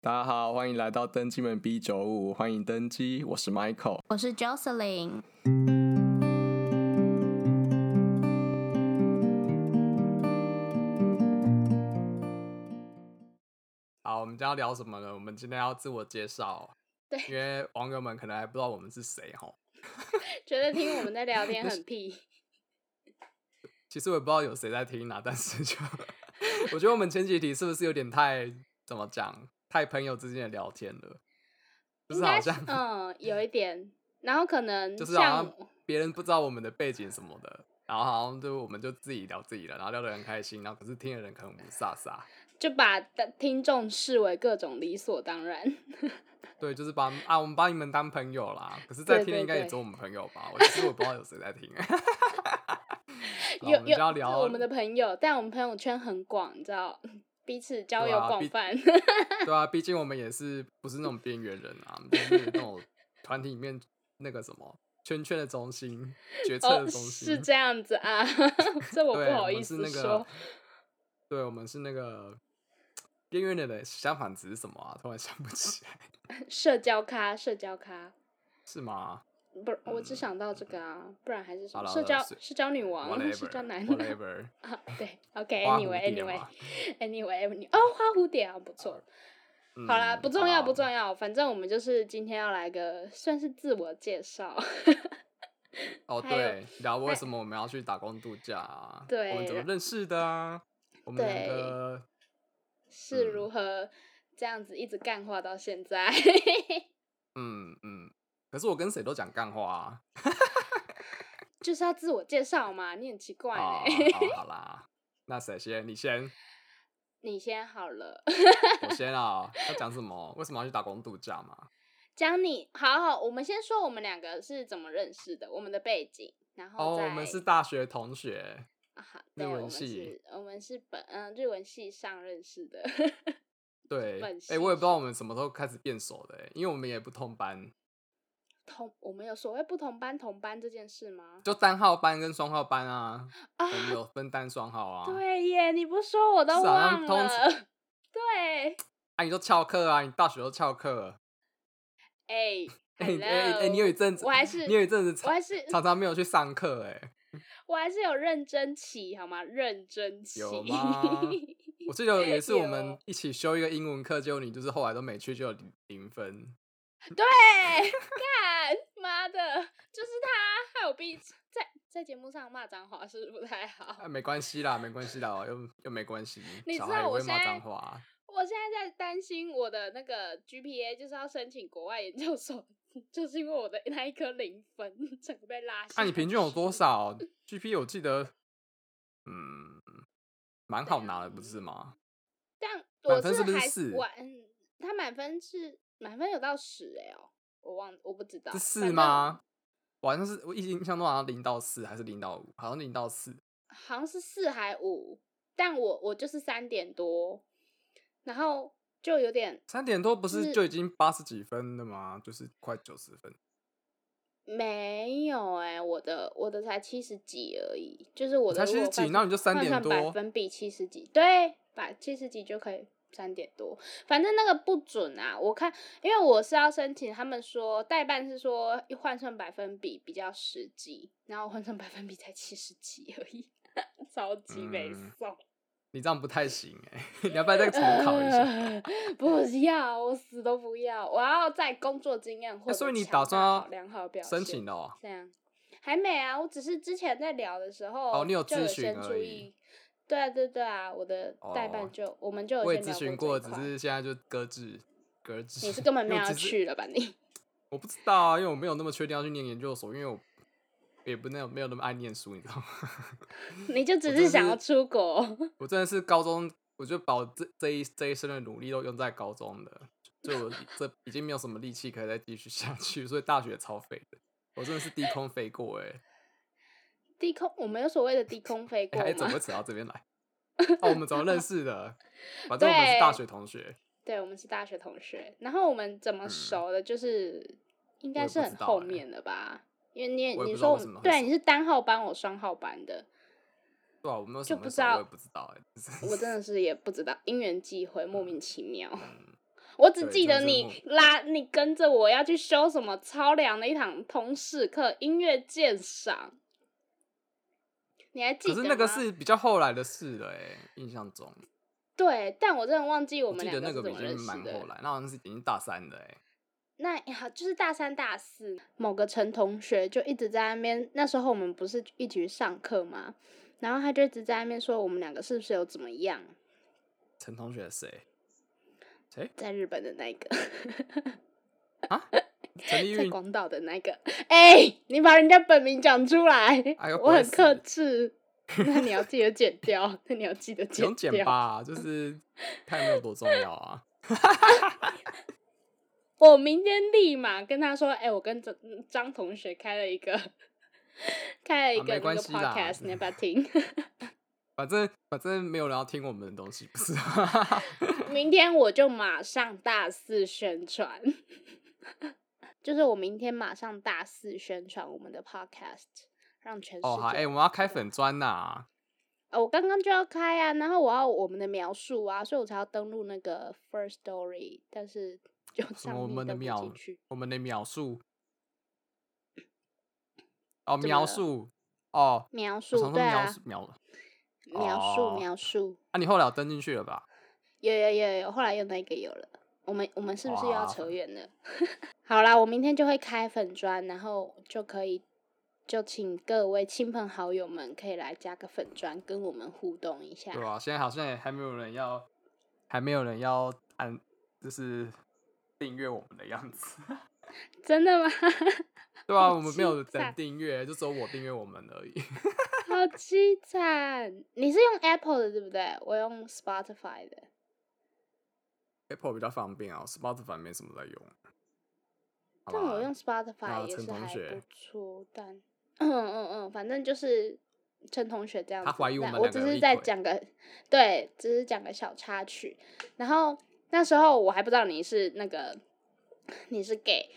大家好，欢迎来到登机门 B 九五，欢迎登机，我是 Michael。我是 Jocelyn。好，我们今天要聊什么呢？我们今天要自我介绍，对因为网友们可能还不知道我们是谁哈。觉得听我们在 聊天很屁。其实我也不知道有谁在听啊，但是就 我觉得我们前几题是不是有点太怎么讲，太朋友之间的聊天了，就应是好该是像、嗯，有一点，然后可能就是好像像别人不知道我们的背景什么的，然后好像就我们就自己聊自己的，然后聊得很开心，然后可是听的人可能不飒飒。就把听众视为各种理所当然，对，就是把啊，我们把你们当朋友啦。可是，在对听的对应该也对只有我们朋友吧？我其实我不知道有谁在听。好我有们就有要聊我们的朋友，但我们朋友圈很广，你知道，彼此交对友啊广毕泛。对啊，毕竟我们也是不是那种边缘人啊，我们就是那种团体里面那个什么圈圈的中心、决策的哦，中心。是这样子啊， 这我对，不好们意思是那个说。，对，我们是那个边缘人的相反值是什么啊？突然想不起来，社交咖，社交咖，是吗？不，我只想到这个啊，不然还是什嗯好么了，社交随社交女王、 社交男的 whatever，whatever，啊，对花蝴蝶，OK，anyway，anyway，anyway，、嘛 anyway, anyway, 哦，花蝴蝶啊，不错。好啦，嗯不重要，不好重要，反正我们就是今天要来个算是自我介绍。哦，还有对，聊为还什么我们要去打工度假啊？我们对怎么然认识的啊？我们两对个是嗯如何这样子一直干话到现在？ 嗯嗯，可是我跟谁都讲干话啊。就是要自我介绍嘛，你很奇怪啊哎、，好好啦，那谁先？你先， 你先好了，我先啊。要讲什么？为什么要去打工度假嘛？讲你好好，我们先说我们两个是怎么认识的，我们的背景，然哦，后再、我们是大学同学，啊好，日对，我文们系是，我们是本嗯日文系上认识的， 对，哎本、我也系不知道我们什么时候开始变熟的、欸，因为我们也不同班，同我们有所谓不同班同班这件事吗？就单号班跟双号班啊，啊我，们有分单双号啊。对耶，你不说我都是啊他忘们了 通。对，啊，你都翘课啊，你大学都翘课。哎、 哎 hello 哎哎，你有一阵子，我还是你有一阵子我常还是常常没有去上课，哎，我还是有认真起好吗？认真起。有吗我记得有一次我们有一起修一个英文课，结果你就是后来都没去，就有零零分。 对，干妈的，就是他害我逼在在节目上骂脏话，是不是不太好？啊，没关系啦，没关系啦，哦又又没关系。哦你小知孩道也我会骂现脏在话啊，我现在在担心我的那个 GPA 就是要申请国外研究所， 就是因为我的那一颗零分，整个被拉下。那、啊你平均有多？少 GP？我记得，嗯，蛮好拿的，不是吗？但满我分是不是还四晚，他满分是满分有到十哎哦，我忘我不知道是反四正吗？我好像是我印象中好像零到四还是零到五，好像零到四。好像是四还五，但我我就是三点多，然后就有点三点多不是是就已经八十几分了吗？就是快九十分。没有哎、我的我的才七十几而已，就是我的才如果70几换算那你就3换点算多百分比七十几，对，百七十几就可以三点多，反正那个不准啊。我看，因为我是要申请，他们说代办是说换算百分比比较实际，然后换算百分比才七十几而已， 超级没嗯送。你这样不太行哎、 你要不要再重考一下？呃不要，我死都不要，我要在工作经验或欸者、所以你打算要良好 表现申请的哦、这样还没啊，我只是之前在聊的时候，哦你有就有咨询先而注已意。对啊，对对啊，我的代哦办就、我们就有我也先咨聊询过过，这只一块，是现在就搁置搁置。 你是根本没因有为要其实去了吧你？ 我不知道啊，因为我没有那么确定要去念研究所，因为我也不那有没有那么爱念书，你知道吗？ 你就只真的是想是要出国， 我真的是高中，我就把我这这一这一生的努力都用在高中的，就我这已 经没有什么力气可以再继续下去，所以大学超废的。我真的是低空飞过哎、低空，我们有所谓的低空飞欸，过还吗？怎么会扯到这边 来？哦，我们怎么认识的？反正我们是大对学同学，对，我们是大学同学。然后我们怎么嗯熟的，就是我应也该不是知很道后欸面了吧？因为你也我也不你知道为说我什们么会对啊熟你是单号班，我双号班的，对啊，我们有什就么不熟知我道也不知道哎、欸。嗯我真的是也不知道，因缘际会，莫名其妙。我只对记真得的是你拉你跟着我要去修什么超凉的一堂通识课，音乐鉴赏。你还记可得是那个吗是比较后来的事了、欸，印象中，对，但我真的忘记我我们记两得那是个怎已么认经识蛮的后。来，那好像是已经大三了、欸，那好，就是大三、大四，某个陈同学就一直在那边。那时候我们不是一起去上课吗？然后他就一直在那边说我们两个是不是有怎么样，陈同学谁？谁？啊在日本的那一个， 陈丽在韵？广岛的那个。哎、你把人家本名讲出来，哎呦不我好很意思克制。那你要记得剪掉， 那你要记得不剪用掉。剪吧， 就是看有没有多重要啊。我明天立马跟他说，哎、我跟张张同学开了一个， 开了一啊个、没那关个系啦 podcast，你要不要听？ 反正反正没有人要听我们的东西，不是吗？ 明天我就马上大肆宣传， 就是我明天马上大肆宣传我们的 podcast，让全世界哦，好，哎、我们要开粉砖呐、呃我刚刚就要开啊，然后我要我们的描述啊，所以我才要登录那个 First Story，但是就哦什上么我面们的登不进描去。我们的描述，哦，么描了述，哦，描我述常说对描啊述，描，描述哦描述，啊，你后来有登进去了吧？有有有有，后来又那个有了。我们我们是不是又要哇扯远了？ 好啦，我明天就会开粉砖，然后就可以就请各位亲朋好友们可以来加个粉砖，跟我们互动一下。对啊吧、现在好像也还没有人要，还没有人要按，就是订阅我们的样子， 真的吗？ 对吧、好我们没有凄惨人订阅，就只有我订阅我们而已。好凄惨！你是用 Apple 的对不对？我用 Spotify 的。 Apple 比较方便啊，Spotify 没什么在用。好但我吧用 Spotify 那也陈是同还不学错，但嗯嗯嗯，反正就是陈同学这样子。他怀疑我那们我两只个有是一在腿讲个，对，只是讲个小插曲。然后那时候我还不知道你是那个你是 gay，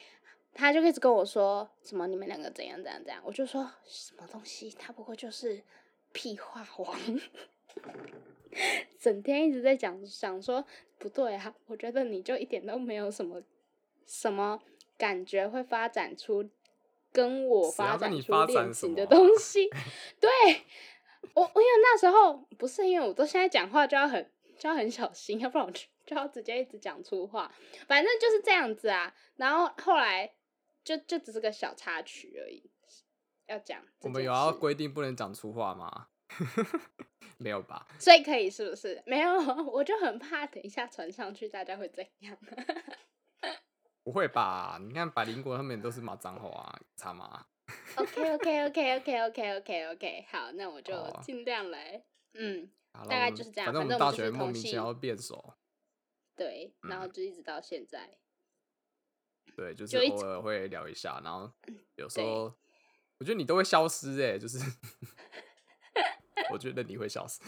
他就一直跟我说什么你们两个怎样怎样怎样，我就说什么东西，他不过就是屁话王。 整天一直在讲想说不对啊，我觉得你就一点都没有什么什么感觉会发展出跟我谁要发跟展你出发恋展什情的么东啊西。 对我，因为那时候不是因为我都现在讲话就要很就要很小心，要不然我就就要直接一直讲粗话，反正就是这样子啊。然后后来就就只是个小插曲而已。要讲这我们件有要事规定不能讲粗话吗？ 没有吧？所以可以是不是？没有，我就很怕等一下传上去大家会怎样。不会吧？你看百灵国他们都是骂脏话啊，有差吗？ OK OK OK OK OK OK OK，好，那我就好啊尽量来。嗯，好了大概我们就是这样反正反我正们我大们就是学莫同名其系妙变熟，对，然后嗯就一直到现在。对，就就是一偶尔会聊一下，然后有时候我觉得你都会消失哎、就是 我觉得你会消失，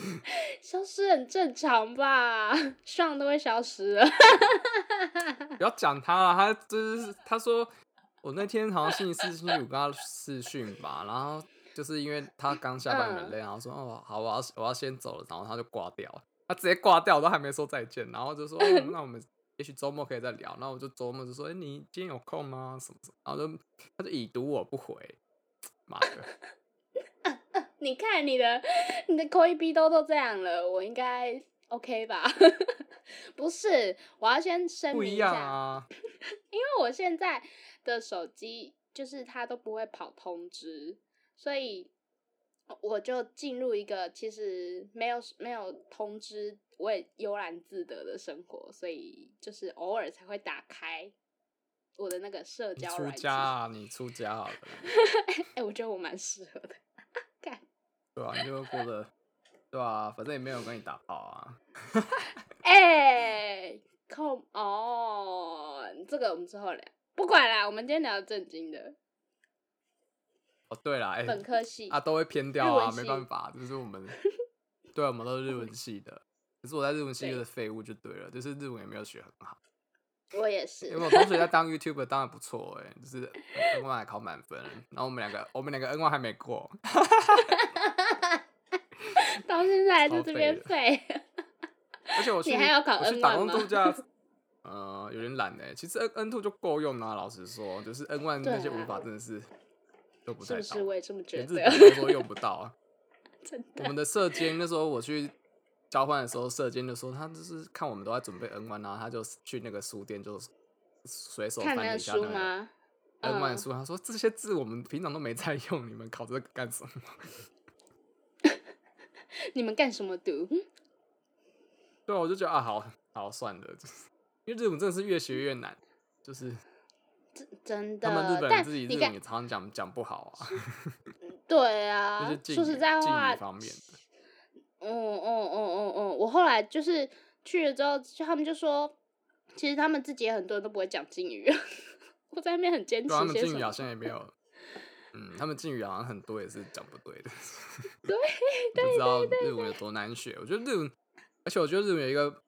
消失很正常吧， 上都会消失了。不要讲他了，他就是他说我那天好像星期四、星期五跟他视讯吧，然后就是因为他刚下班很累，然后说哦好，我要我要先走了，然后他就挂掉了，他直接挂掉，我都还没说再见，然后就说、哦、那我们也许周末可以再聊，那我就周末就说哎、你今天有空吗？什么什么，然后就他就已读我不回，妈的，你看你的你的口一逼都都这样了，我应该 OK 吧？ 不是，我要先声不明一一下，样啊。因为我现在的手机就是它都不会跑通知，所以我就进入一个其实没有没有通知，我也悠然自得的生活，所以就是偶尔才会打开我的那个社你交出软件。家啊，你出家好了， 哎、我觉得我蛮适合的。干对啊，你就会过得，对啊，反正也没有人跟你打炮啊。哎、c o m e on，这个我们之后聊，不管啦，我们今天聊正经的哦，对啦，哎、本科系啊，都会偏掉日文啊，没系办法，就是我 们，对啊，我们都是日文系的，可是我在日文系就是废物就对了，就是日文也没有学很好。我也是因哎 为我同学在当 YouTuber，当然不错哎、就是 N 1还考满分，然后我们两个，我们两个 N 1还没过，到现在还在超这废边的废。 而且我去还要考我去 N1 打工吗 度假，呃，有点懒哎、其实 N N two 就够用啦、老实说，就是 N one 对啊那些文法真的是用不是太不到是？，我也这么觉连日得，本都说用不到啊。 真我的。们的射监那时候我去交换的时候，射监就说他就是看我们都在准备 N one，然后他啊就去那个书店就随手看翻了那个一下书那个吗？ N one 嗯书，他说这些字我们平常都没在用，你们考这个干什么？ 你们干什么读？对啊，我就觉得啊，好好算了，就是因为日文真的是越学越难，就是真他的，们日本人但自己你日看文也，常常讲讲不好啊，对就啊是，敬说实语在敬话，语方面的。嗯嗯嗯嗯嗯，我后来就是去了之后，就他们就说，其实他们自己也很多人都不会讲敬语， 我在那边很坚持对啊他们些敬什语么好。像也没 有，嗯，他们敬语好像很多也是讲不对的。 对，不知道日文有多难学。我觉得日文，而且我觉得日文有一个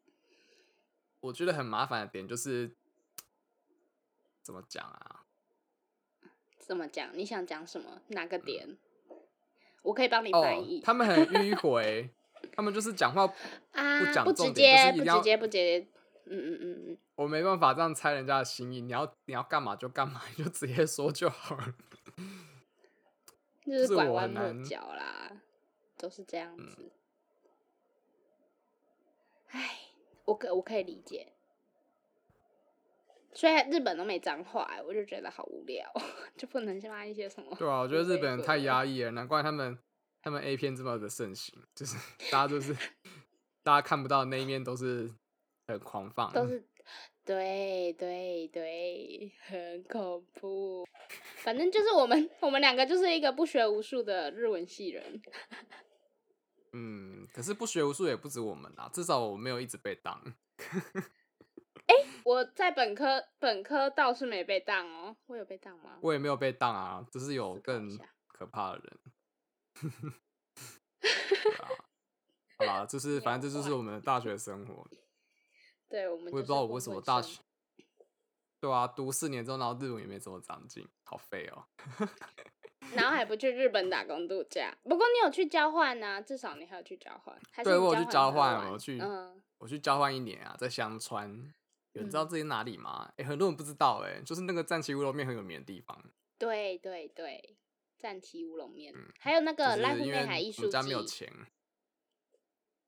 我觉得很麻烦的点就是怎么讲啊？怎么讲？你想讲什么？哪个点？我可以帮你嗯哦翻译、，他们很迂回，他们就是讲话，啊，讲不直重点就是接，不一定要直接，不直接。嗯嗯嗯嗯，我没办法这样猜人家的心意。你要你要干嘛就干嘛，你就直接说就好了。就就是是拐我弯很嗯抹难角啦，都是这样子。唉，我可我可以理解。虽然日本都没脏话、欸我就觉得好无聊， 就不能像一些什 么。对啊，我觉得日本人 太抑。压抑了，难怪他们他们 A 片这么的盛行，就是 大家就是大家看不到的那一面都是很狂放，都是，对对对，很恐怖。反正就是我们，我们两个就是一个不学无术的日文系人。嗯，可是不学无术也不止我们啦，至少我没有一直被当。我在本科本科倒是没被当哦，我有被当吗？我也没有被当啊，只是有思考一更下可怕的人。 对啊，好啦，就是反正这就是我们的大学生活。对，我们我我也不知道我为什么大学，对啊，读四年之后，然后日文也没怎么长进，好废哦、然后还不去日本打工度假。不过你有去交换呐、至少你还有去交换。还是对你我有去交很好换玩我去嗯，我去交换一年啊，在香川。有人知道嗯这是哪里吗？哎、很多人不知道哎、就是那个战旗乌龙面很有名的地方，对对对，战旗乌龙面，还有那个嗯就濑是户因内海艺为我术们家没有季。钱。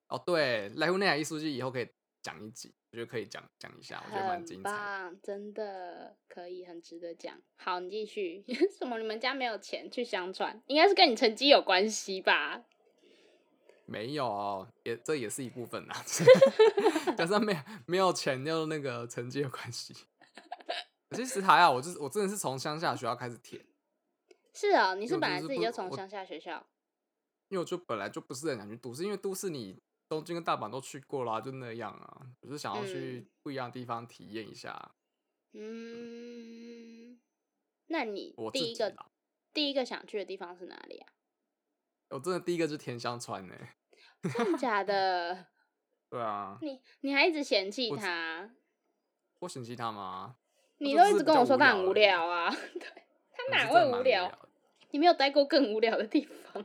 哦，对，莱户内海艺术季以后可以讲一集，我觉得可以讲讲一下，我觉得蛮很精彩的。棒，真的可以，很值得讲。好，你继续。 什么？你们家没有钱去相传？应该是跟你成绩有关系吧？没有哦，也这也是一部分啊， 加上没有没有钱，就那个成绩有关系。其实还好，我就是我真的是从乡下学校开始填，是哦，你因是为我本就来是自己不就从我乡下学校，因为我就本来就不是很想去都市，因为都市你东京跟大阪都去过啦，就那样啊。我是想要去嗯不一样的地方体验一下嗯，那你我自第一己个啦。第一个想去的地方是哪里啊？ 我真的第一个就是田香川呢、真的假的？对啊，你你还一直嫌弃我只他，我嫌弃他吗？你就都只一是直比跟较我说无他聊很而无已聊啊， 对他我是哪真的会蛮无无聊？的？你没有待过更无聊的地方。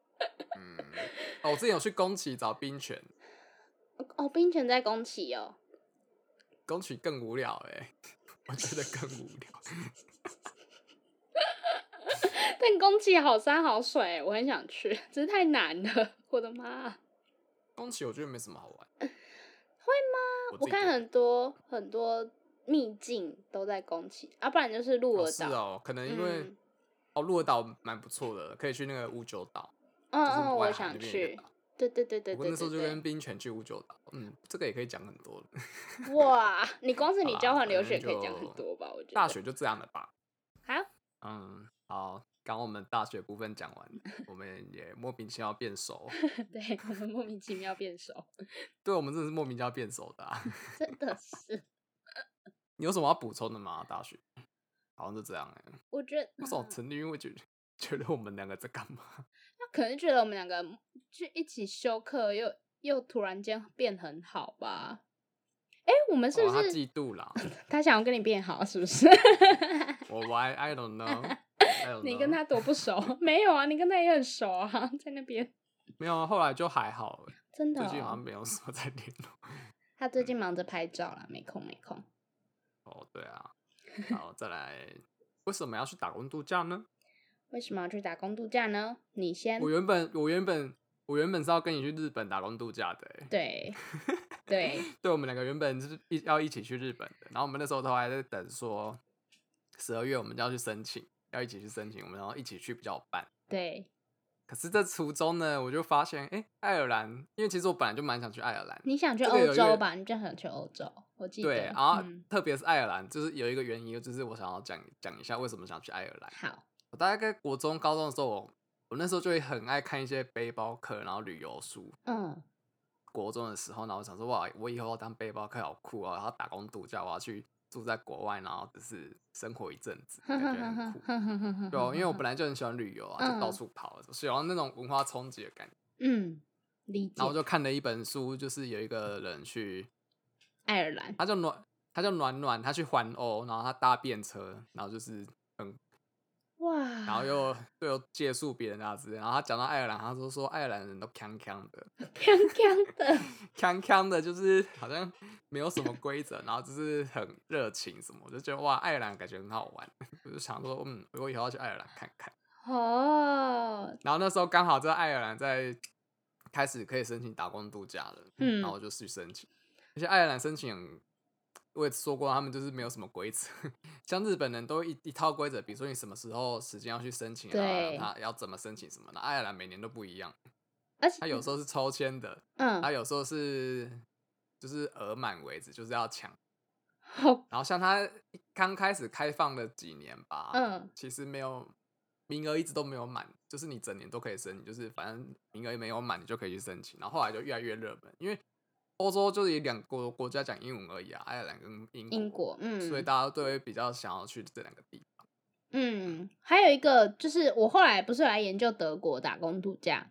嗯，哦，我之前有去宫崎找冰泉，哦，冰泉在宫崎哦。宫崎更无聊哎、 我觉得更无聊。但宫崎好山好水，我很想去，只是太难了，我的妈啊！宫崎我觉得没什么好玩，会吗我看很多很多秘境都在宫崎，啊，不然就是鹿哦儿是岛。哦，可能因为、嗯哦鹿儿岛蛮不错的，可以去那个五九岛，嗯就是嗯，外我海那想边有一个去岛。对对对对我对那时对候就跟对。冰泉去五九岛，嗯，这个也可以讲很多了。哇，你光是你 好啦交换反留正学可以讲就很多吧？我觉得。大学就这样了吧？好， 嗯，好，刚我们大学部分讲完了，我们也莫名其妙变 熟。对我们莫名其妙变熟，对，我们真的是莫名其妙变熟的、啊。 真的是，你有什么要补充的吗？大学好像就这样哎、我觉得为什么陈立因会觉得觉得我们两个在干嘛？他可能觉得我们两个就一起休课，又又突然间变很好吧？哎、我们是哦不他是、嫉妒啦？他想要跟你变好，是不是？我 why I don't know 。 你跟他多不熟？ 没有啊，你跟他也很熟啊，在那边没有啊？后来就还好、欸，真的最近好哦、 像没有什么在联络。他最近忙着拍照啦，没空没空。哦，对啊，好，再来，为什么要去打工度假呢？为什么要去打工度假呢？你先我原本我原本我原本是要跟你去日本打工度假的、欸， 对对，对，我们两个原本就是一要一起去日本的，然后我们那时候都还在等说，十二月我们就要去申请，要一起去申请，我们然后一起去比较好办。对，可是这途中呢，我就发现，哎、爱尔兰，因为其实我本来就蛮想去爱尔兰，你想去这个有欧一个洲吧？你就想去欧洲，我记得。对，啊然后嗯、特别是爱尔兰，就是有一个原因，就是我想要讲讲一下为什么想去爱尔兰。好，我大概国中、高中的时候，我我那时候就会很爱看一些背包客，然后旅游书。嗯，国中的时候，然后我想说，哇，我以后要当背包客好酷哦，然后打工度假，我要去住在国外，然后只是生活一阵子，感觉很酷。对哦、因为我本来就很喜欢旅游啊，就到嗯处跑，喜欢那种文化冲击的感觉。嗯理解然后我就看了一本书，就是有一个人去，爱尔兰，他叫暖，他叫暖暖，他去环欧，然后他搭便车，然后就是哇，然后又又有借宿别人啊之类。然后他讲到爱尔兰，他就说爱尔兰人都康康的，锵锵的， 康康的，就是好像没有什么规则，然后就是很热情什么，我就觉得哇，爱尔兰感觉很好玩， 我就想说，嗯，我以后要去爱尔兰看看。哦，然后那时候刚好在爱尔兰在开始可以申请打工度假了，嗯然后我就去申请。而且爱尔兰申请很，我也说过，他们就是没有什么规则， 像日本人都一一套规则，比如说你什么时候时间要去申请啊对，他要怎么申请什么的。爱尔兰每年都不一样，而且他有时候是抽签的，嗯他，有时候是就是额满为止，就是要抢。好，然后像他刚开始开放的几年吧，嗯，其实没有名额一直都没有满，就是你整年都可以申请，就是反正名额没有满你就可以去申请。然后后来就越来越热门，因为欧洲就是以两国国家讲英文而已啊，爱尔兰跟英英国，嗯，所以大家都会比较想要去这两个地方。哦嗯，还有一个就是我后来不是有来研究德国打工度假，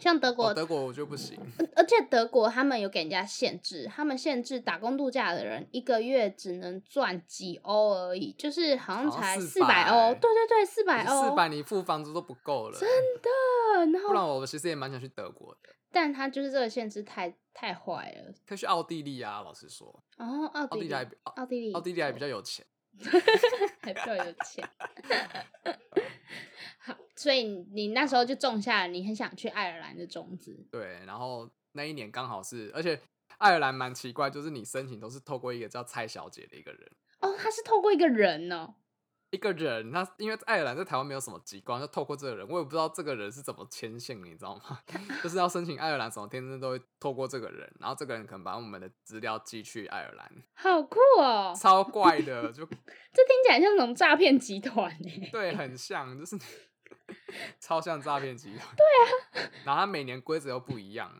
像德国，哦、德国我就不行，而且德国他们有给人家限制，他们限制打工度假的人一个月只能赚几欧而已，就是好像好像才四400百欧，对对对，四百欧，四百你付房租都不够了，真的。嗯然不后然我其实也蛮想去德国的，但他就是这个限制太太坏了。可以去奥地利啊。老实说，然后奥奥地地利还比奥地利，奥地利还比较有钱。 还比较有钱。 好，所以你那时候就种下了你很想去爱尔兰的种子。对，然后那一年刚好是，而且爱尔兰蛮奇怪，就是你申请都是透过一个叫蔡小姐的一个人，哦，他是透过一个人哦，一个人，他因为爱尔兰在台湾没有什么机关，就透过这个人，我也不知道这个人是怎么牵线，你知道吗？ 就是要申请爱尔兰什么，天生都会透过这个人，然后这个人可能把我们的资料寄去爱尔兰，好酷哦！超怪的，就这听起来像什么诈骗集团欸呢、对，很像，就是 超像诈骗集团。对啊， 然后他每年规则又不一样，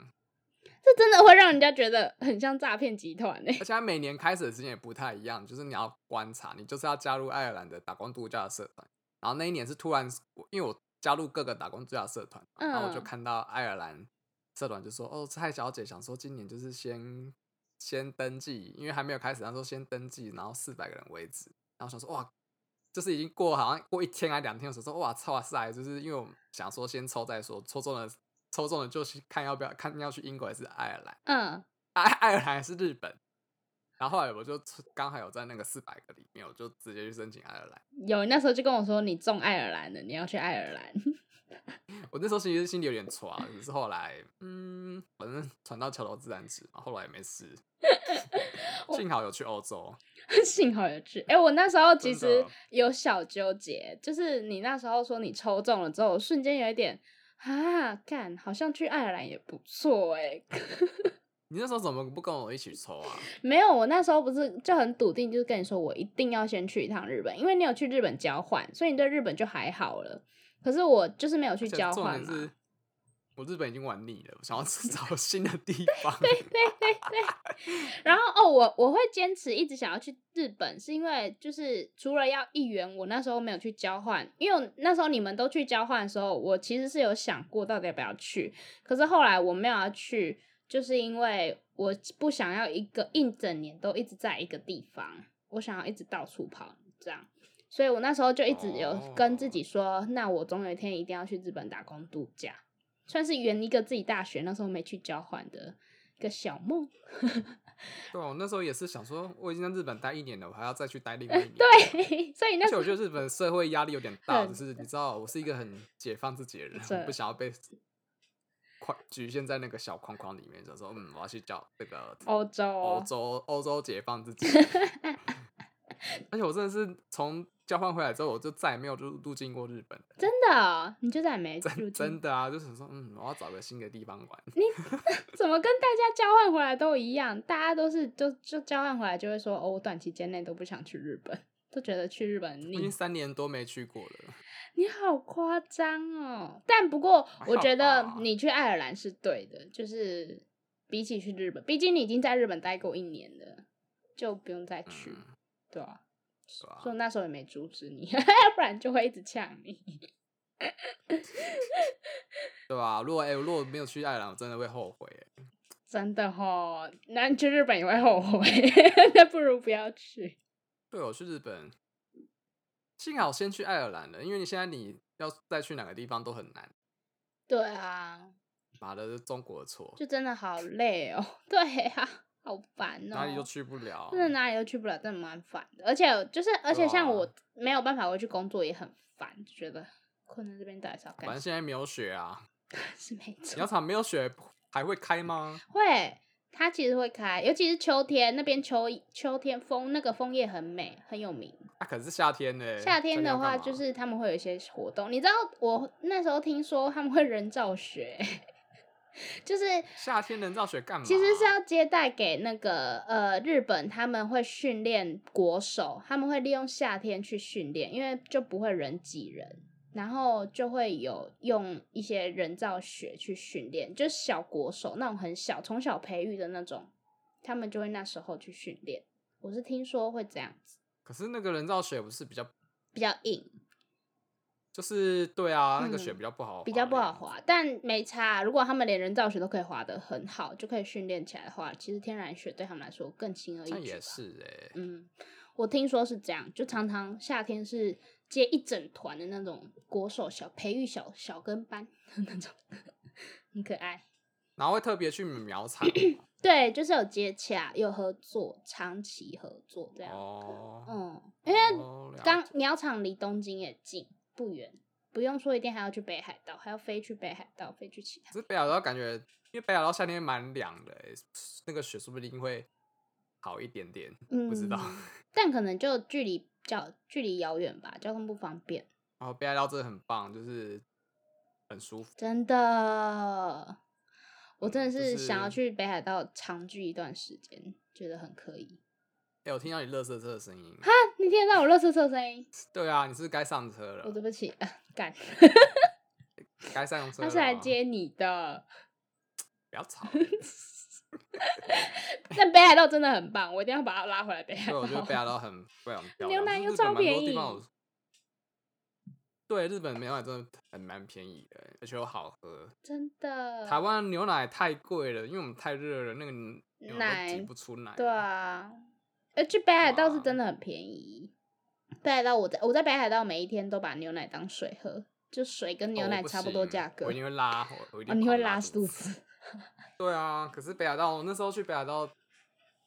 这真的会让人家觉得很像诈骗集团欸呢、而且它每年开始的时间也不太一样，就是你要观察，你就是要加入爱尔兰的打工度假的社团。然后那一年是突然，我因为我加入各个打工度假社团嘛，然后我就嗯看到爱尔兰社团就说：“哦，蔡小姐想说今年就是先先登记，因为还没有开始，她说先登记，然后四百个人为止。”然后想说：“哇，就是已经过好像过一天还两天，我想说：哇操啊塞！就是因为我们想说先抽再说，抽中了抽中了就去看要不要看要去英国还是爱尔兰。”嗯，爱爱尔兰还是日本。然后后来我就出刚好有在那个四百个里面，我就直接去申请爱尔兰。有那时候就跟我说你中爱尔兰了，你要去爱尔兰。 我那时候其实心里有点挫，啊只是后来嗯，反正船到桥头自然直嘛，后来也没 事。幸好有去欧洲，幸好有去。哎、我那时候其真的哦实有小纠结，就是你那时候说你抽中了之后，我瞬间有一点啊，干，好像去爱尔兰也不错哎、你那时候怎么不跟我一起抽啊？没有，我那时候不是就很笃定，就是跟你说我一定要先去一趟日本，因为你有去日本交换，所以你对日本就还好了。可是我就是没有去而且交重换啊点嘛是，，我日本已经玩腻了，我 想要去找新的地方。然后哦，我我会坚持一直想要去日本，是因为就是除了要一元，我那时候没有去交换，因为我那时候你们都去交换的时候，我其实是有想过到底要不要去，可是后来我没有要去，就是因为我不想要一个一整年都一直在一个地方，我想要一直到处跑这样。所以我那时候就一直有跟自己说那我总有一天一定要去日本打工度假，算是圆一个自己大学那时候没去交换的一个小梦。对啊，我那时候也是想说，我已经在日本待一年了，我还要再去待另外一年。 对，所以那而时且候我觉得日本社会压力有点大，很就是你知道，我是一个很解放自己的人，是我不想要被框局限在那个小框框里面，就说嗯，我要去找这个欧洲，哦欧洲，欧洲解放自己。 而且我真的是从交换回来之后，我就再也没有入入境过日本了，真的哦、你就再也没入真真境，的啊，就是说嗯，我要找个新的地方玩。怎么跟大家交换回来都一样？大家都是就就交换回来就会说，哦，我短期间内都不想去日本，都觉得去日本很我已经腻。三年多没去过了，你好夸张哦！但不过还我好觉得吧你去爱尔兰是对的，就是比起去日本，毕竟你已经在日本待过一年了，就不用再去，嗯，对啊。是吧所以？我那时候也没阻止你， 要不然就会一直呛你。对吧？如果哎、如果没有去爱尔兰，我真的会后悔、欸。真的吼，那你去日本也会后悔， 那不如不要去。对，我去日本，幸好先去爱尔兰了，因为你现在你要再去哪个地方都很难。对啊，妈的，是中国的错，就真的好累哦。 对啊，好烦哦。哪里都去不了。真的哪里都去不了，真的蛮烦的。而且就是，而且啊像我没有办法回去工作也很烦，就觉得困在这边到底是要反干正什现在没有雪啊，么？是没错鸟。场没有雪还会开吗？会，它其实会开，尤其是秋天，那边秋秋天枫那个枫叶很美，很有名。那、可是夏天呢、夏天要的话，干嘛就是他们会有一些活动。你知道，我那时候听说他们会人造雪， 就是夏天人造雪干嘛？其实是要接待给那个呃日本，他们会训练国手，他们会利用夏天去训练，因为就不会人挤人，然后就会有用一些人造雪去训练，就是小国手那种很小，从小培育的那种，他们就会那时候去训练。我是听说会这样子，可是那个人造雪不是比较，比较硬。就是对啊，那个嗯雪比较不好，比较不好。滑，但没差。啊如果他们连人造雪都可以滑得很好，就可以训练起来的话，其实天然雪对他们来说更轻而易举那吧。也是哎、嗯，我听说是这样，就常常夏天是接一整团的那种国手小培育小小跟班那种， 很可爱。然后会特别去苗场对，就是有接洽，有合作，长期合作这样。哦，啊嗯，因因为为刚鸟场离东京也近，不远，不用说一定还要去北海道，还要飞去北海道，飞去其他只是北海道感觉，因为北海道夏天蛮凉的欸、那个雪说不定会好一点点，不知道。 嗯但可能就距离较距离遥远吧，交通不方便，然后北海道真的很棒，就是很舒服。真的。我真的嗯就是是想要去北海道长居一段时间，觉得很可以。哎、我听到你乐色车的声音。啊你听得到我乐色车的声音？对啊，你是不是该上车我了，对不起， 啊干、该上车他了。是来，接你的。 不要吵。但北海道真的很棒，我一定要把他拉回来北对，海道。我觉得北海道很非 常漂亮。牛奶就是又日本超蛮多便地宜方我对，日本牛奶真的很蛮便宜的，欸而且又好喝。真的。台湾牛奶太贵了，因为我们太热了，那个牛奶奶挤不出奶。对啊，呃，去北海道是哇真的很便宜。北海道我在我在北海道每一天都把牛奶当水喝，就水跟牛哦奶不差不多行价格。我一定会拉，我我一哦，定、你会拉拉肚。子，对啊，可是北海道，我那时候去北海道，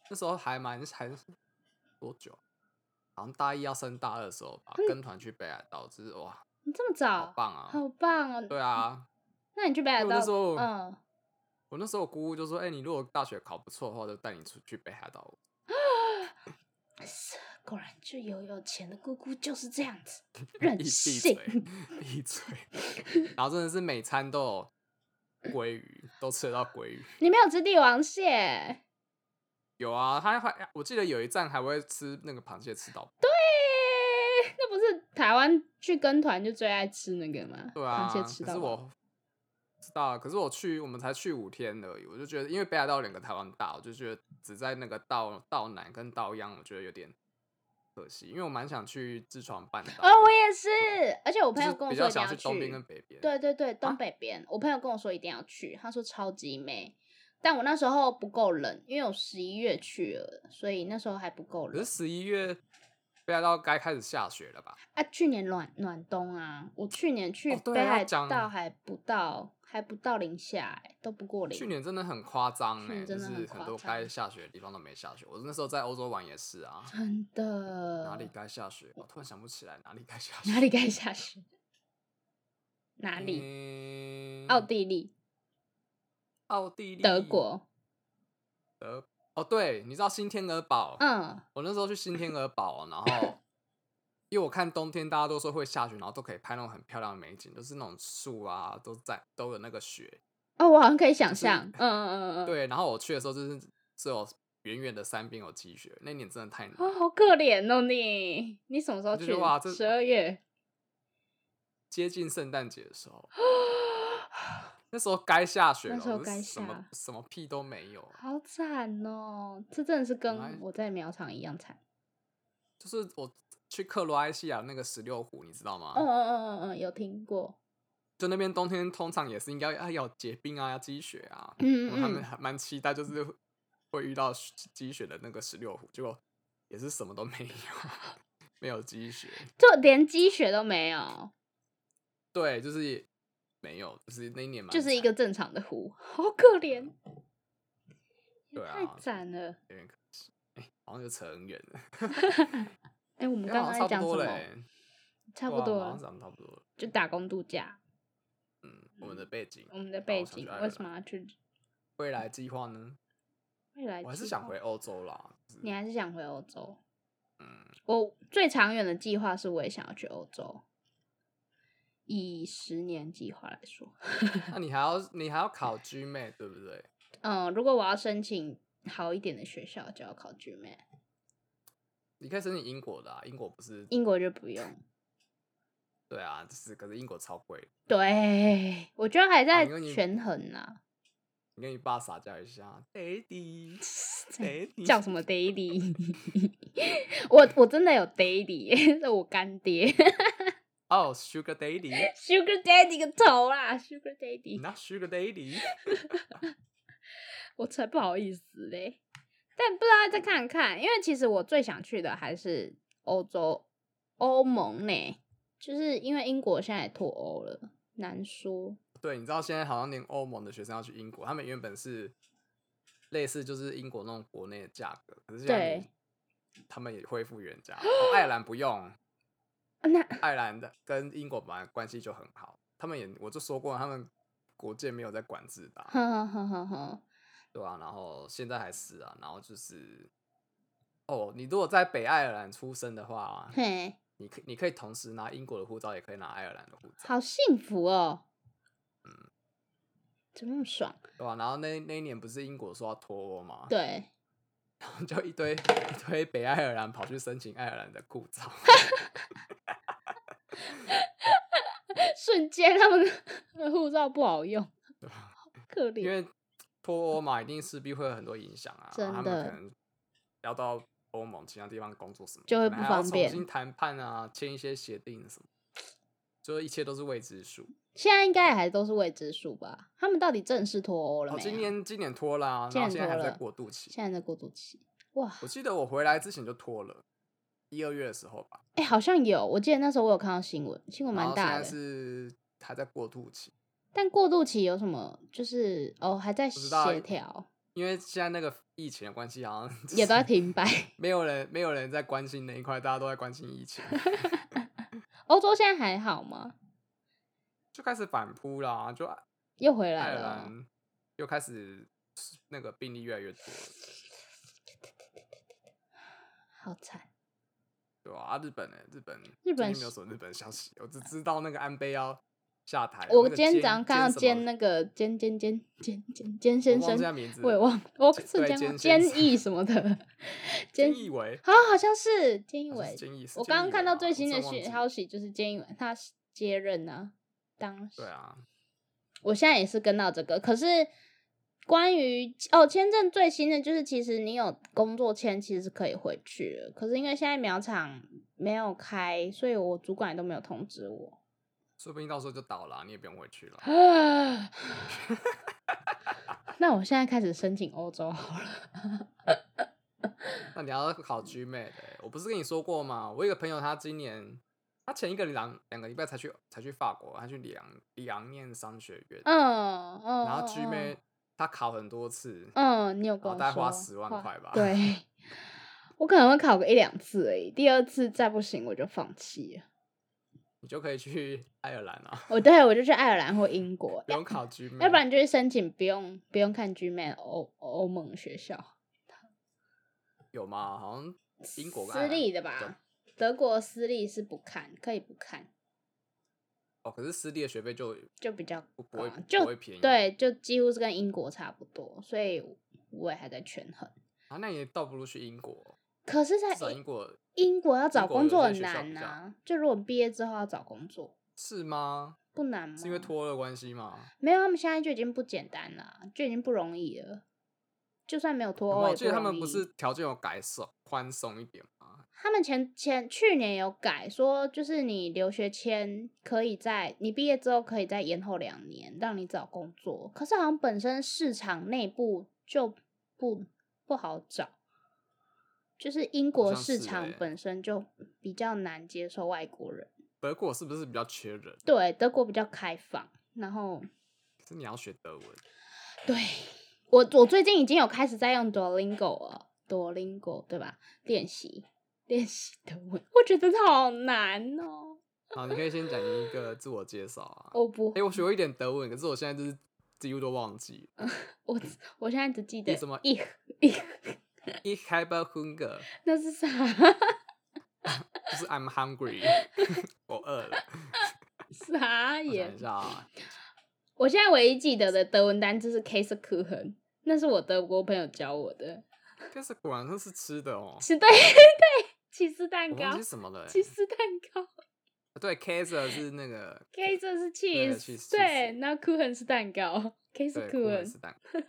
那时候还蛮还多久？好像大一要升大二的时候嗯吧，跟团去北海道，就是哇，你这么好早，棒啊！好棒哦！对啊，那你去北海因为道我那时，候嗯，我那时候我姑姑就说：“哎、你如果大学考不错的话，我就带你出去北海道。果然就有有钱的姑姑就是这样子，”一 任闭性嘴。，闭嘴。然后真的是每餐都有鲑鱼，都吃得到鲑鱼。你没有吃帝王蟹，有啊，他还我记得有一站还会吃那个螃蟹吃到饱。嘿 那不是台湾去跟团就最爱吃那个吗？对啊，螃蟹吃可到是饱我知道，啊可是我去我们才去五天而已，我就觉得因为北海道有两个台湾大，我就觉得只在那个道道南跟道央，我觉得有点可惜，因为我蛮想去自创半岛。哦，我也是，而且我朋友就跟是我比说较一想定要东边跟北边。对对对，啊东北边，我朋友跟我说一定要去，他说超级美，但我那时候不够冷，因为我十一月去了，所以那时候还不够可是冷。十一月北海道该开始下雪了吧？啊，去年暖暖冬啊，我去年去哦对北要海讲道还不到，还不到零下、欸，都不过零。去年真的很夸张去哎，年就真是的很很多夸张该下雪的地方都没下雪。我那时候在欧洲玩也是啊，真的哪里该下雪？我突然想不起来哪里该下雪。哪里该下雪？哪里？里奥地利、奥地利、德。国，哦，对，你知道新天鹅堡？嗯，我那时候去新天鹅堡，然后 因为我看冬天大家都说会下雪，然后都可以拍那种很漂亮的美景，就是那种树啊都在都有那个雪。哦，我好像可以想就是象，嗯嗯嗯嗯，，对，然后我去的时候就是只有远远的山边有积雪，那年真的太难哦，了，好可怜哦你，你什么时候就去觉得哇这的？十二月，接近圣诞节的时候， 那时候该下雪了，啊那时候我是该什么下什么屁都没有，好惨哦，这真的是来跟我在苗场一样惨。就是我去克罗埃西亚那个十六湖，你知道吗？嗯嗯嗯嗯嗯，有哦听过，就那边冬天通常也是应该啊要结冰啊，要积雪啊，嗯我嗯他嗯们还蛮期待，就是会遇到雪积雪的那个十六湖，结果也是什么都没有， 没有积雪，就连积雪都没有，对，就是也没有，就是那一年嘛，就是一个正常的湖，好可怜，也 对啊太惨了。有点可惜，哎、好像就扯很远了，哎、我们哎刚好刚像在差讲不什多么？了欸，差不对啊多好像了，差不多了，就打工度假。嗯，我们的背景，我们的然后背我想景去爱为尔什兰么要去未来计划呢？未来？我还是想回，欧洲啦，就是你还是想回欧洲？嗯，我最长远的计划是，我也想要去欧洲。以十年计划来说，那你还要你还要考 GMAT 对不对？嗯，如果我要申请好一点的学校，就要考 GMAT。你可以申请英国的、啊，英国不是英国就不用。对啊，就是可是英国超贵的，对，我觉得还啊在因为你权衡啊呢、你跟你爸撒娇一下，Daddy，Daddy 叫什么 daily？我我真的有 daily，是我 干爹哦、s u g a r Daddy， ，Sugar Daddy 个头啦，Sugar Daddy，那 Sugar Daddy，我才不好意思嘞。但不知道再看看，因为其实我最想去的还是欧洲、欧盟呢，就是因为英国现在也脱欧了，难说。对，你知道现在好像连欧盟的学生要去英国，他们原本是类似就是英国那种国内的价格，可是现在对你他们也恢复原价，哦爱尔兰不用，啊那爱尔兰的跟英国本来关系就很好，他们也我就说过他们国界没有在管制的啊、哼哼哼哼哼，对啊，然后现在还是啊，然后就是，哦，你如果在北爱尔兰出生的话，啊嘿，你可你可以同时拿英国的护照，也可以拿爱尔兰的护照，好幸福哦。嗯怎么那么爽？啊对吧、然后那那一年不是英国说要脱欧嘛，对，然后 就一堆一堆北爱尔兰跑去申请爱尔兰的护 照，瞬间他们的护照不 好用，可因怜。为脱欧嘛，一定势必会有很多影响啊，然后他真们的可能要到欧盟其他地方工作什么的，就会可不能还要方便重新谈判啊，签一些协定什么，就一切都是未知数。现在应该也还都是未知数吧？他们到底正式脱欧了哦，没、啊？今年今年脱啦、今然后现年在还脱在了过渡期。现在在过渡期。哇，我记得我回来之前就脱了，一二月的时候吧。哎、好像有，我记得那时候我有看到新闻，新闻然蛮后现大在的。是还在过渡期，但过渡期有什么？就是哦，还在知道啊协调， 因为现在那个疫情的关系，好像也都在在停摆。 没有人没有人在关心那一块，大家都在关心疫 情，欧洲现在还好吗？就开始反扑啦，就爱又爱回来尔了。兰又开始那个病例越来越多了， 好惨，对吧、啊？日本呢、日本日本最近没有是什么日本消息，我只知道那个安倍要下台了。我那个今天菅早上看到菅什兼么那个兼兼兼兼兼兼先我忘生记，他名字了，我也忘，了，我兼瞬对间兼忘先坚生毅什么的， 菅坚义伟。啊，好像是菅义好像伟哦是。菅义是我菅刚刚义看伟到啊最我新真的的忘讯记消息，就是菅义伟他接任啊，当时对啊，我现在也是跟到这个，可是关于哦签证最新的就是，其实你有工作签，其实是可以回去了。可是因为现在苗场没有开，所以我主管都没有通 知我。说不定到时候就倒了啊、你也不用回去了。那我现在开始申请欧洲好了。那你要嗯考 Gmat 的欸、我不是跟你说过吗？我有一个朋友，他今年他前一个两两个礼拜才去才去法国，他去里昂里昂念商学院，嗯嗯，然后嗯 Gmat 他考很多次，嗯，你有跟然我后大概花说10万花块吧对， 我可能会考个一两次而已，第二次再不行我就放弃了。你就可以去爱尔兰啊，我对我就去爱尔兰或英国，不用考 Gmat，要不然就去申请不用不用看 Gman 欧欧盟学校，有吗？好像英国跟爱私尔兰立的比较吧？德国私立是不看，可以不看，哦，可是私立的学费就就比较不不会高不啊就会便宜。对，就几乎是跟英国差不多，所以我也还在权衡。啊，那你倒不如去英国，可是，在至少英英国英国要找国工有作些很学校难啊比呐、较就如果毕业之后要找工作，是吗？不难吗？是因为脱欧的关系吗？没有，他们现在就已经不简单了，就已经不容易了。就算没有脱有吗欧，也我记哦得他容们不易是条件有改松宽松一点吗？他们前前去年有改说，就是你留学签可以在你毕业之后可以再延后两年，让你找工作。可是好像本身市场内部就不不好找，就是英国像市是场欸本身就比较难接受外国人。德国是不是比较缺人？对，德国比较开放，然后可是你要学德文，对我，我最近已经有开始在用 Duolingo 了，Duolingo 对吧？练习练习德文，我觉得它好难哦。好，你可以先讲一个自我介绍啊。我不哎、，我学过一点德文，可是我现在就是几乎都忘记了。我只我现在只记得你怎么 ich， Ich habe Hunger，那是啥？ 就是 I'm hungry，我 饿了。啥我想也一？下啊，我现在唯一记得的德文单字是 Käsekuchen，那是我德国朋友教我的。但是果然那是吃的哦、是对 对，起司蛋我糕忘记，什么了、欸。起司蛋糕对 k a s e r 是那个，K 这对是 cheese， cheese，对， cheese 那 Kuchen 是蛋糕对，库恩，Käsekuchen 是。蛋糕。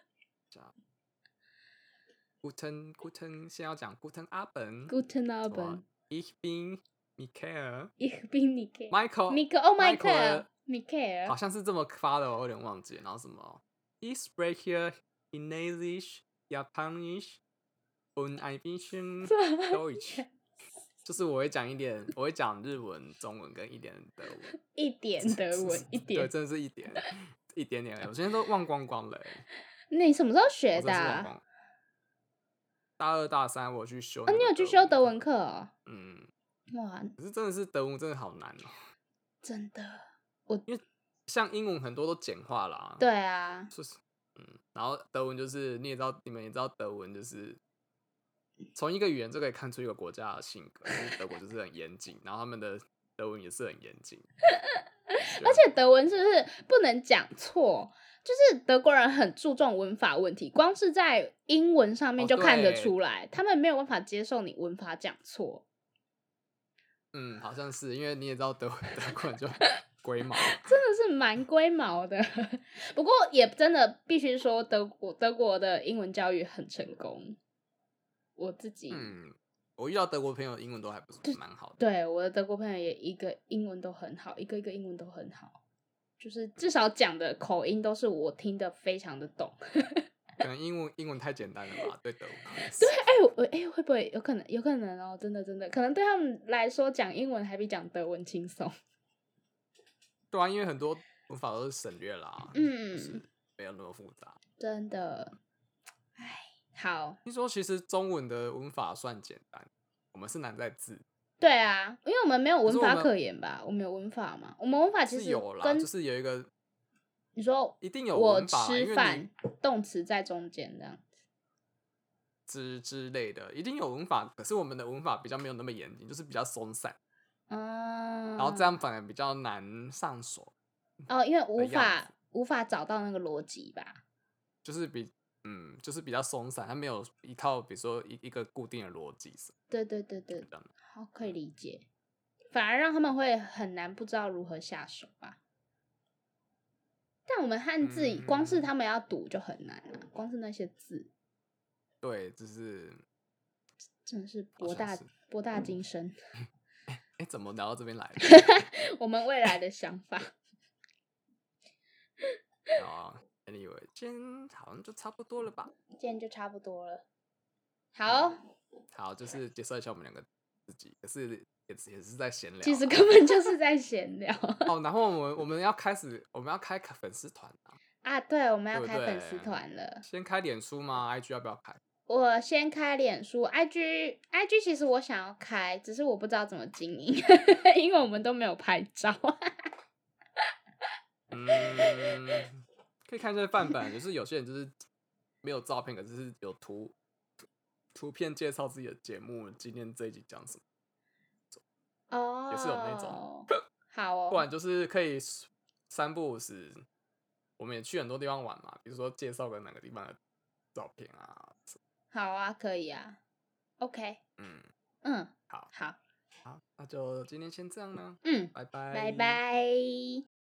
Guten Guten，先要讲 Guten Abend。 Guten 什 Abend, 么 Ich bin Michael ich bin Nike. Michael Mike, oh my Michael god, Mike. 好像是这么发的哦，我有点忘记了。然后什么 Ich spreche Chinesisch, Japanisch und ein bisschen 这 Deutsch，就是我会讲一点，我会讲日文、中文跟一点德文，一点德文，一对，点。真的是一点一点点而已。我现在都忘光光了欸、那你什么时候学我真的哦的是忘啊？光。大二大三我有去修、啊，你有去修德文？课哦？嗯，哇，可是真的是德文真的好难哦、真嗯的。像英文很多都简化啦，，对啊，就是嗯，然后德文就是你也知道，你们也知道德文就是从一个语言就可以看出一个国家的性格，就是德国就是很严谨，然后他们的德文也是很严谨，而且德文是不是不能讲错？就是德国人很注重文法问题，光是在英文上面哦就看得对出来，他们没有办法接受你文法讲错。嗯，好像是因为你也知道德文 德国人就龟 毛，真的是蛮龟毛的， 不过也真的必须说德国德国的英文教育很成功。我自己、嗯，我遇到德国朋友英文都还不是蛮好的，对我的德国朋友也一个英文都很好，一个一个英文都很好，就是至少讲的口音都是我听得非常的懂。可能英文英文太简单了吧，对德文啊 来说。对，哎、我我哎、会不会有可能？有可能哦，真的真的，可能对他们来说讲英文还比讲德文轻松。对啊，因为很多文法都是省略啦，嗯，没有那么复杂。真的，哎，好，听说其实中文的文法算简单，我们是难在字，对啊，因为我们没有可文是我法们可言吧？我们有文法吗？我们文法其是实有啦，跟就是有一个你说一定有我文法因为吃你饭，动词在中间这样。之之类的，一定有文法，可是我们的文法比较没有那么严谨，就是比较松散，嗯，然后这样反而比较难上手，哦，因为无的样法无法找到那个逻辑吧？就是比嗯，就是比较松散，它没有一套，比如说一一个固定的逻辑是对对对对比，较难。好可以理解，反而让他们会很难不知道如何下手吧。但我们汉字、嗯光是他们要读就很难了、光是那些字对，就是真的是好博像大是嗯博大精深。 哎、诶怎么聊到这边来我们未来的想法，的？啊，anyway，今天好像就差不多了吧？嗯今天就差不多了。好，好，就是介绍一下我们两个自己，也是也是也是在闲聊。啊其实根本就是在闲聊 哦，然后我们我们要开始，我们要开粉丝团啊，啊。对，我们对要不开对？粉丝团了。先开脸书吗？IG 要不要开？我先开脸书、IG、IG，其实我想要开，只是我不知道怎么经营， 因为我们都没有拍照。嗯，可以看一下范本，就是有些人就是没有照片，可是是有图图片介绍自己的节目，今天这一集讲什么，哦，也是有那种。 好哦，不然就是可以三不五时，我们也去很多地方玩嘛，比如说介绍个哪个地方的照片啊，好啊，可以啊。OK，嗯，嗯，好，好，好，那就今天先这样啦，嗯，拜拜，拜拜